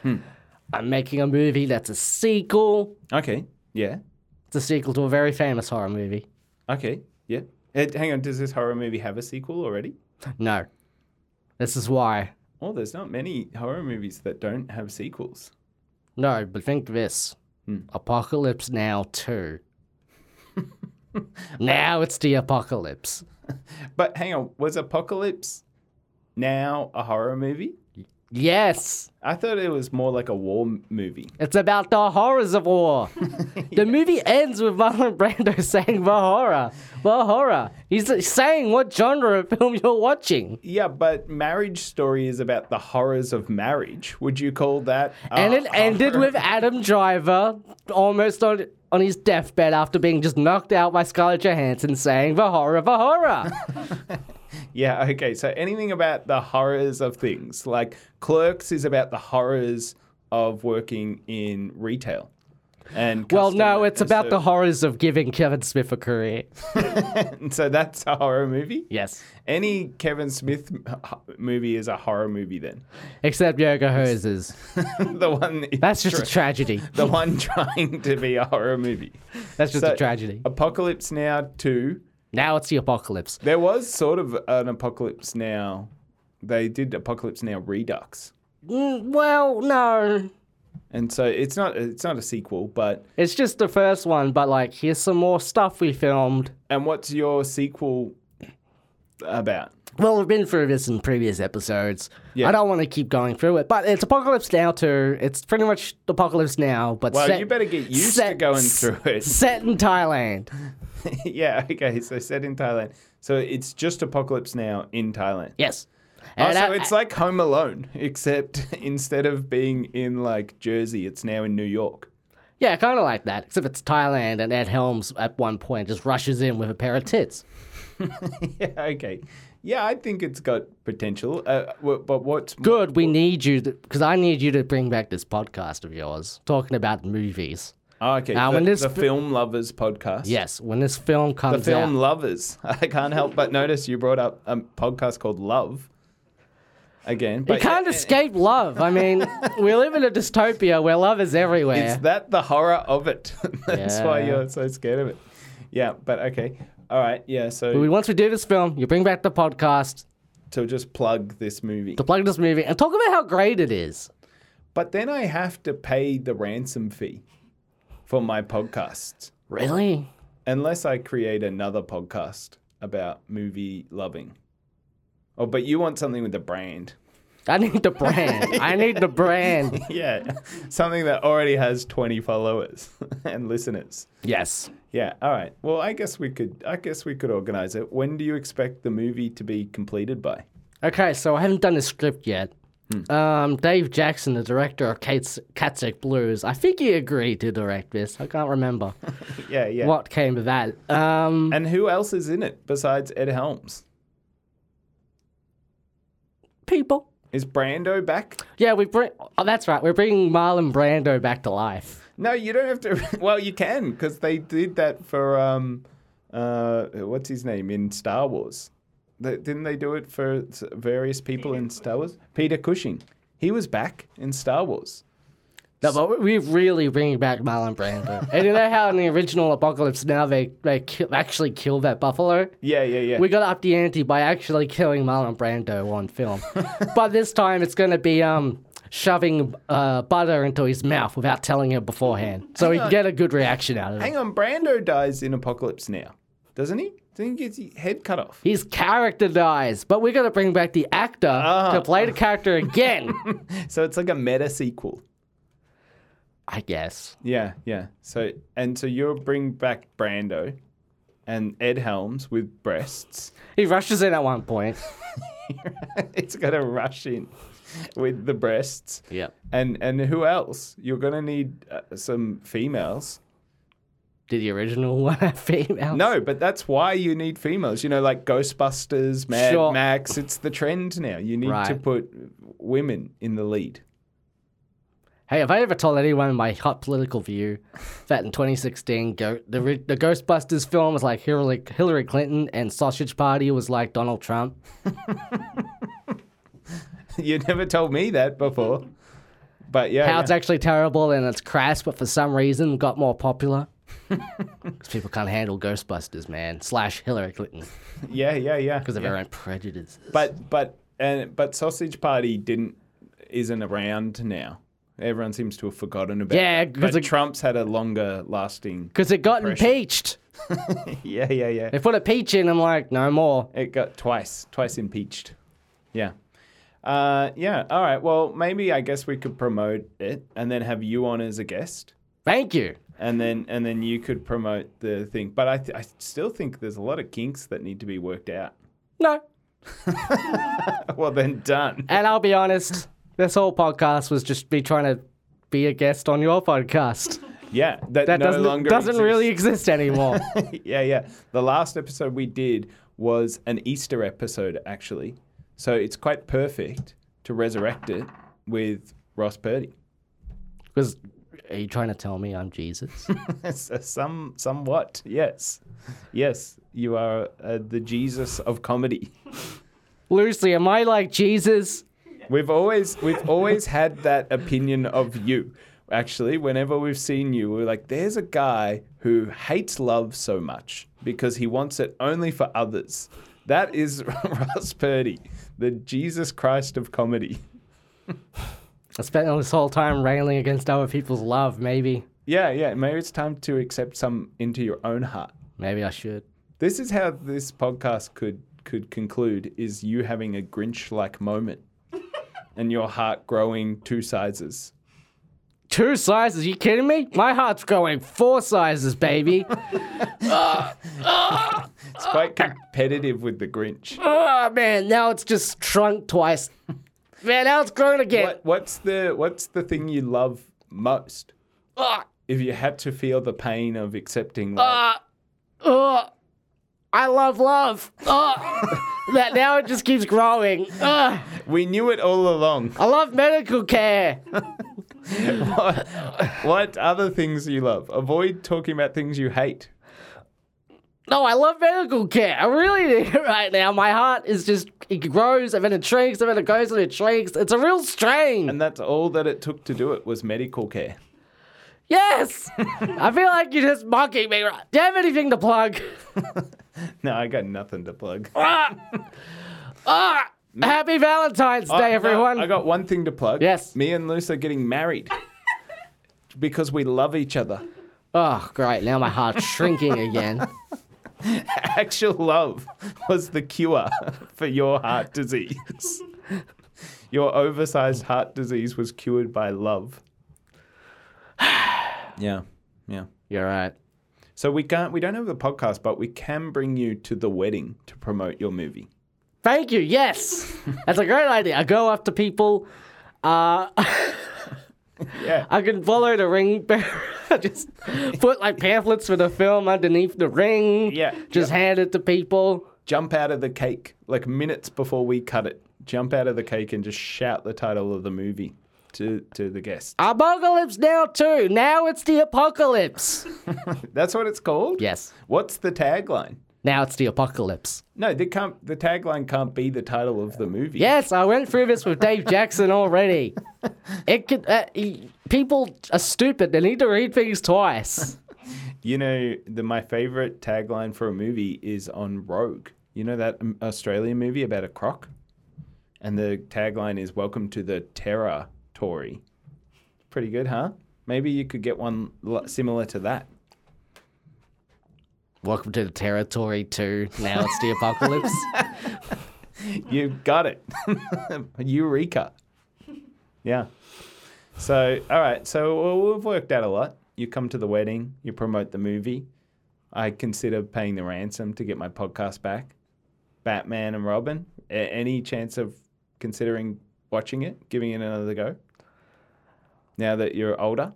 I'm making a movie that's a sequel.
Okay. Yeah.
It's a sequel to a very famous horror movie.
Okay. Yeah. Eh, Hang on. Does this horror movie have a sequel already?
No. This is why.
Oh, there's not many horror movies that don't have sequels.
No, but think this Apocalypse Now 2. now it's the apocalypse.
But hang on, was Apocalypse now a horror movie?
Yes,
I thought it was more like a war m- movie.
it's about the horrors of war. The movie ends with Marlon Brando saying, "The horror, the horror." He's saying what genre of film you're watching,
Yeah, but Marriage Story is about the horrors of marriage. Would you call that? a
and it ended
horror?
with Adam Driver almost on on his deathbed after being just knocked out by Scarlett Johansson saying, "The horror, the horror."
Yeah, okay. So anything about the horrors of things, like Clerks is about the horrors of working in retail. And
well, no,
customer-
it's about
so-
the horrors of giving Kevin Smith a career.
So that's a horror movie.
Yes,
Any Kevin Smith m- h- movie is a horror movie. Then
except Yoga Hoses.
the one
That's just a
tra-
tragedy.
the one trying to be a horror movie.
That's just
So,
a tragedy.
Apocalypse Now two.
Now it's the apocalypse.
There was sort of an Apocalypse Now. They did Apocalypse Now Redux,
Mm, well, no.
and so it's not it's not a sequel, but
It's just the first one, but like, here's some more stuff we filmed.
And what's your sequel about?
Well, we've been through this in previous episodes.
Yeah.
I don't want to keep going through it, but it's Apocalypse Now too. It's pretty much Apocalypse Now, but
Well,
set,
you better get used to
set-
going through it.
set in Thailand.
yeah, okay. So set in Thailand. So it's just Apocalypse Now in Thailand.
Yes.
Oh,
And
so
I-
it's like Home Alone, except instead of being in like Jersey, it's now in New York.
yeah, kind of like that. Except it's Thailand, and Ed Helms at one point just rushes in with a pair of tits.
yeah, okay. Yeah, I think it's got potential. Uh, w- but what's
Good, we need you because I need you to bring back this podcast of yours talking about movies.
Oh, okay?
Now,
the,
when this
the
fi-
film lovers podcast.
Yes, when this film
the
comes
film
out.
lovers. I can't help but notice you brought up a podcast called Love again. But
You can't escape love. I mean, we live in a dystopia where love is everywhere.
Is that the horror of it? That's why
Yeah.
you're so scared of it. Yeah, but okay. All right. Yeah,
But we-
so
once we do this film, you bring back the podcast
to just plug this movie.
to plug this movie and talk about how great it is.
But then I have to pay the ransom fee for my podcast,
Really?
unless I create another podcast about movie loving. Oh, but you want something with a brand.
I need the brand. I need the brand.
Yeah, something that already has 20 followers and listeners.
Yes.
Yeah, all right. Well, I guess we could I guess we could organize it. When do you expect the movie to be completed by?
Okay, so I haven't done the script yet.
Hmm.
Um, Dave Jackson, the director of Kate's Katzek Blues, I think he agreed to direct this. I can't remember
Yeah, yeah.
what came of that. Um,
And who else is in it besides Ed Helms?
people.
Is Brando back?
Yeah, we bring. Oh, that's right. We're bringing Marlon Brando back to life.
No, you don't have to. Well, you can because they did that for um, uh, what's his name in Star Wars? They, didn't they do it for s- various people in Star Wars? Peter Cushing, he was back in Star Wars.
No, but we really bring back Marlon Brando. and you know how in the original Apocalypse Now they, they ki- actually kill that buffalo?
Yeah, yeah, yeah.
We got to up the ante by actually killing Marlon Brando on film. but this time it's going to be um shoving uh, butter into his mouth without telling him beforehand. So we can get a good reaction out of it.
Hang on, Brando dies in Apocalypse Now, doesn't he? Doesn't he get his head cut off?
His character dies, but we're going to bring back the actor
Uh-huh.
to play the character again,
So it's like a meta sequel.
I guess.
Yeah, yeah. So and so you'll bring back Brando, and Ed Helms with breasts.
He rushes in at one point.
it's gonna rush in with the breasts.
Yep.
And and who else? You're gonna need uh, some females.
Did the original one have females?
No, but that's why you need females. You know, like Ghostbusters, Mad
Sure.
Max. It's the trend now. You need to
Right.
put women in the lead.
Hey, have I ever told anyone my hot political view that in 2016, go, the, ri- the Ghostbusters film was like Hillary, Hillary Clinton and Sausage Party was like Donald Trump?
Oh, you never told me that before. But yeah,
How
yeah.
it's actually terrible and it's crass, but for some reason got more popular. Because people can't handle Ghostbusters, man, slash Hillary Clinton,
yeah, yeah, yeah.
because of
yeah.
their own prejudices.
But but and but Sausage Party didn't isn't around now. Everyone seems to have forgotten about.
Yeah,
that.
'cause
but
it-
Trump's had a longer lasting.
because it got
Impression.
impeached.
Yeah, yeah, yeah.
They put a peach in. I'm like, no more.
It got twice, twice impeached. Yeah. Uh, yeah. All right. Well, maybe I guess we could promote it and then have you on as a guest,
Thank you.
and then and then you could promote the thing. But I, th- I still think there's a lot of kinks that need to be worked out.
No.
well, then done.
And I'll be honest, this whole podcast was just me trying to be a guest on your podcast.
Yeah, that,
That
no
doesn't
longer
doesn't really
exists.
exist anymore.
yeah, yeah. The last episode we did was an Easter episode, actually. So it's quite perfect to resurrect it with Ross Purdy.
Because are you trying to tell me I'm Jesus?
So Some, somewhat, yes, yes. You are uh, the Jesus of comedy.
Loosely, am I like Jesus?
We've always, we've always had that opinion of you. Actually, whenever we've seen you, we're like, there's a guy who hates love so much because he wants it only for others. That is Ross Purdy, the Jesus Christ of comedy.
I spent all this whole time railing against other people's love. Maybe,
Yeah, yeah. Maybe it's time to accept some into your own heart.
maybe I should.
This is how this podcast could could conclude: is you having a Grinch-like moment, and your heart growing two sizes.
Two sizes? You kidding me? My heart's going four sizes, baby.
It's quite competitive with the Grinch.
oh man, now it's just shrunk twice. Man, now it's grown again.
What, what's the What's the thing you love most?
Ah,
If you had to feel the pain of accepting, love,
ah. I love love. Ah. that now it just keeps growing. Ah.
we knew it all along.
I love medical care.
what, what other things you love? Avoid talking about things you hate.
No, I love medical care. I really do right now. My heart is just it grows and then it shrinks and then it goes and it shrinks. It's a real strain.
And that's all that it took to do it was medical care.
yes, I feel like you're just mocking me. Right? Do you have anything to plug?
No, I got nothing to plug.
Ah, happy Valentine's Day,
Oh, no,
everyone.
I got one thing to plug.
Yes.
Me and Luce are getting married because we love each other.
oh, great! Now my heart's shrinking again.
Actual love was the cure for your heart disease. Your oversized heart disease was cured by love. Yeah. Yeah.
You're right.
So we can't we don't have the podcast, but we can bring you to the wedding to promote your movie.
Thank you. Yes, that's a great idea. I go up to people. Uh,
Yeah.
I can follow the ring bearer. just put like pamphlets for the film underneath the ring.
Yeah,
Just hand it to people.
jump out of the cake like minutes before we cut it jump out of the cake and just shout the title of the movie to to the guest
Apocalypse now too. Now it's the apocalypse.
that's what it's called
yes.
what's the tagline
Now it's the apocalypse.
no they can't the tagline can't be the title of the movie
Yes, I went through this with Dave Jackson already. It could. Uh, e- people are stupid. They need to read things twice.
you know the my favorite tagline for a movie is on rogue you know that um, australian movie about a croc and the tagline is welcome to the terror tory pretty good huh maybe you could get one li- similar to that
Welcome to the territory too. Now it's the apocalypse.
You got it. Eureka. Yeah. So, all right. So well, we've worked out a lot. You come to the wedding, you promote the movie. I consider paying the ransom to get my podcast back. Batman and Robin. A- any chance of considering watching it, giving it another go? Now that you're older?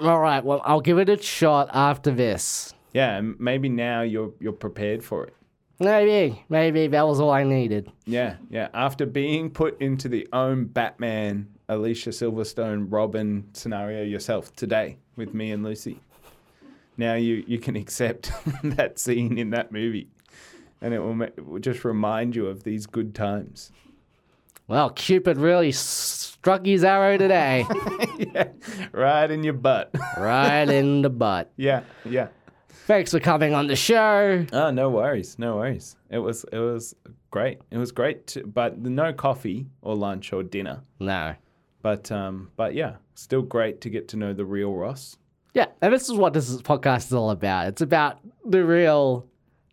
All right. Well, I'll give it a shot after this.
Yeah, and maybe now you're you're prepared for it.
Maybe, maybe that was all I needed.
Yeah, yeah. After being put into the own Batman, Alicia Silverstone, Robin scenario yourself today with me and Lucy, now you, you can accept that scene in that movie. And it will, ma- it will just remind you of these good times.
Well, Cupid really struck his arrow today,
yeah, right in your butt.
right in the butt.
yeah, yeah.
Thanks for coming on the show.
Oh, no worries, no worries. It was it was great. It was great, to, but no coffee or lunch or dinner.
No.
But um, but yeah, still great to get to know the real Ross.
Yeah, and this is what this is- podcast is all about. It's about the real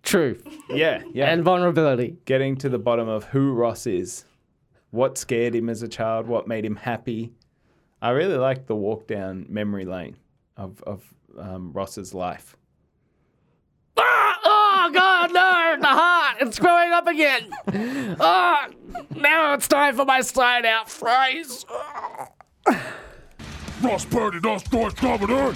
truth
Yeah, yeah.
and vulnerability.
getting to the bottom of who Ross is, what scared him as a child, what made him happy. I really like the walk down memory lane of of um, Ross's life.
Ah! Oh God, no! The heart, it's growing up again. Ah! now it's time for my slide out phrase.
Ross Perot, the store governor.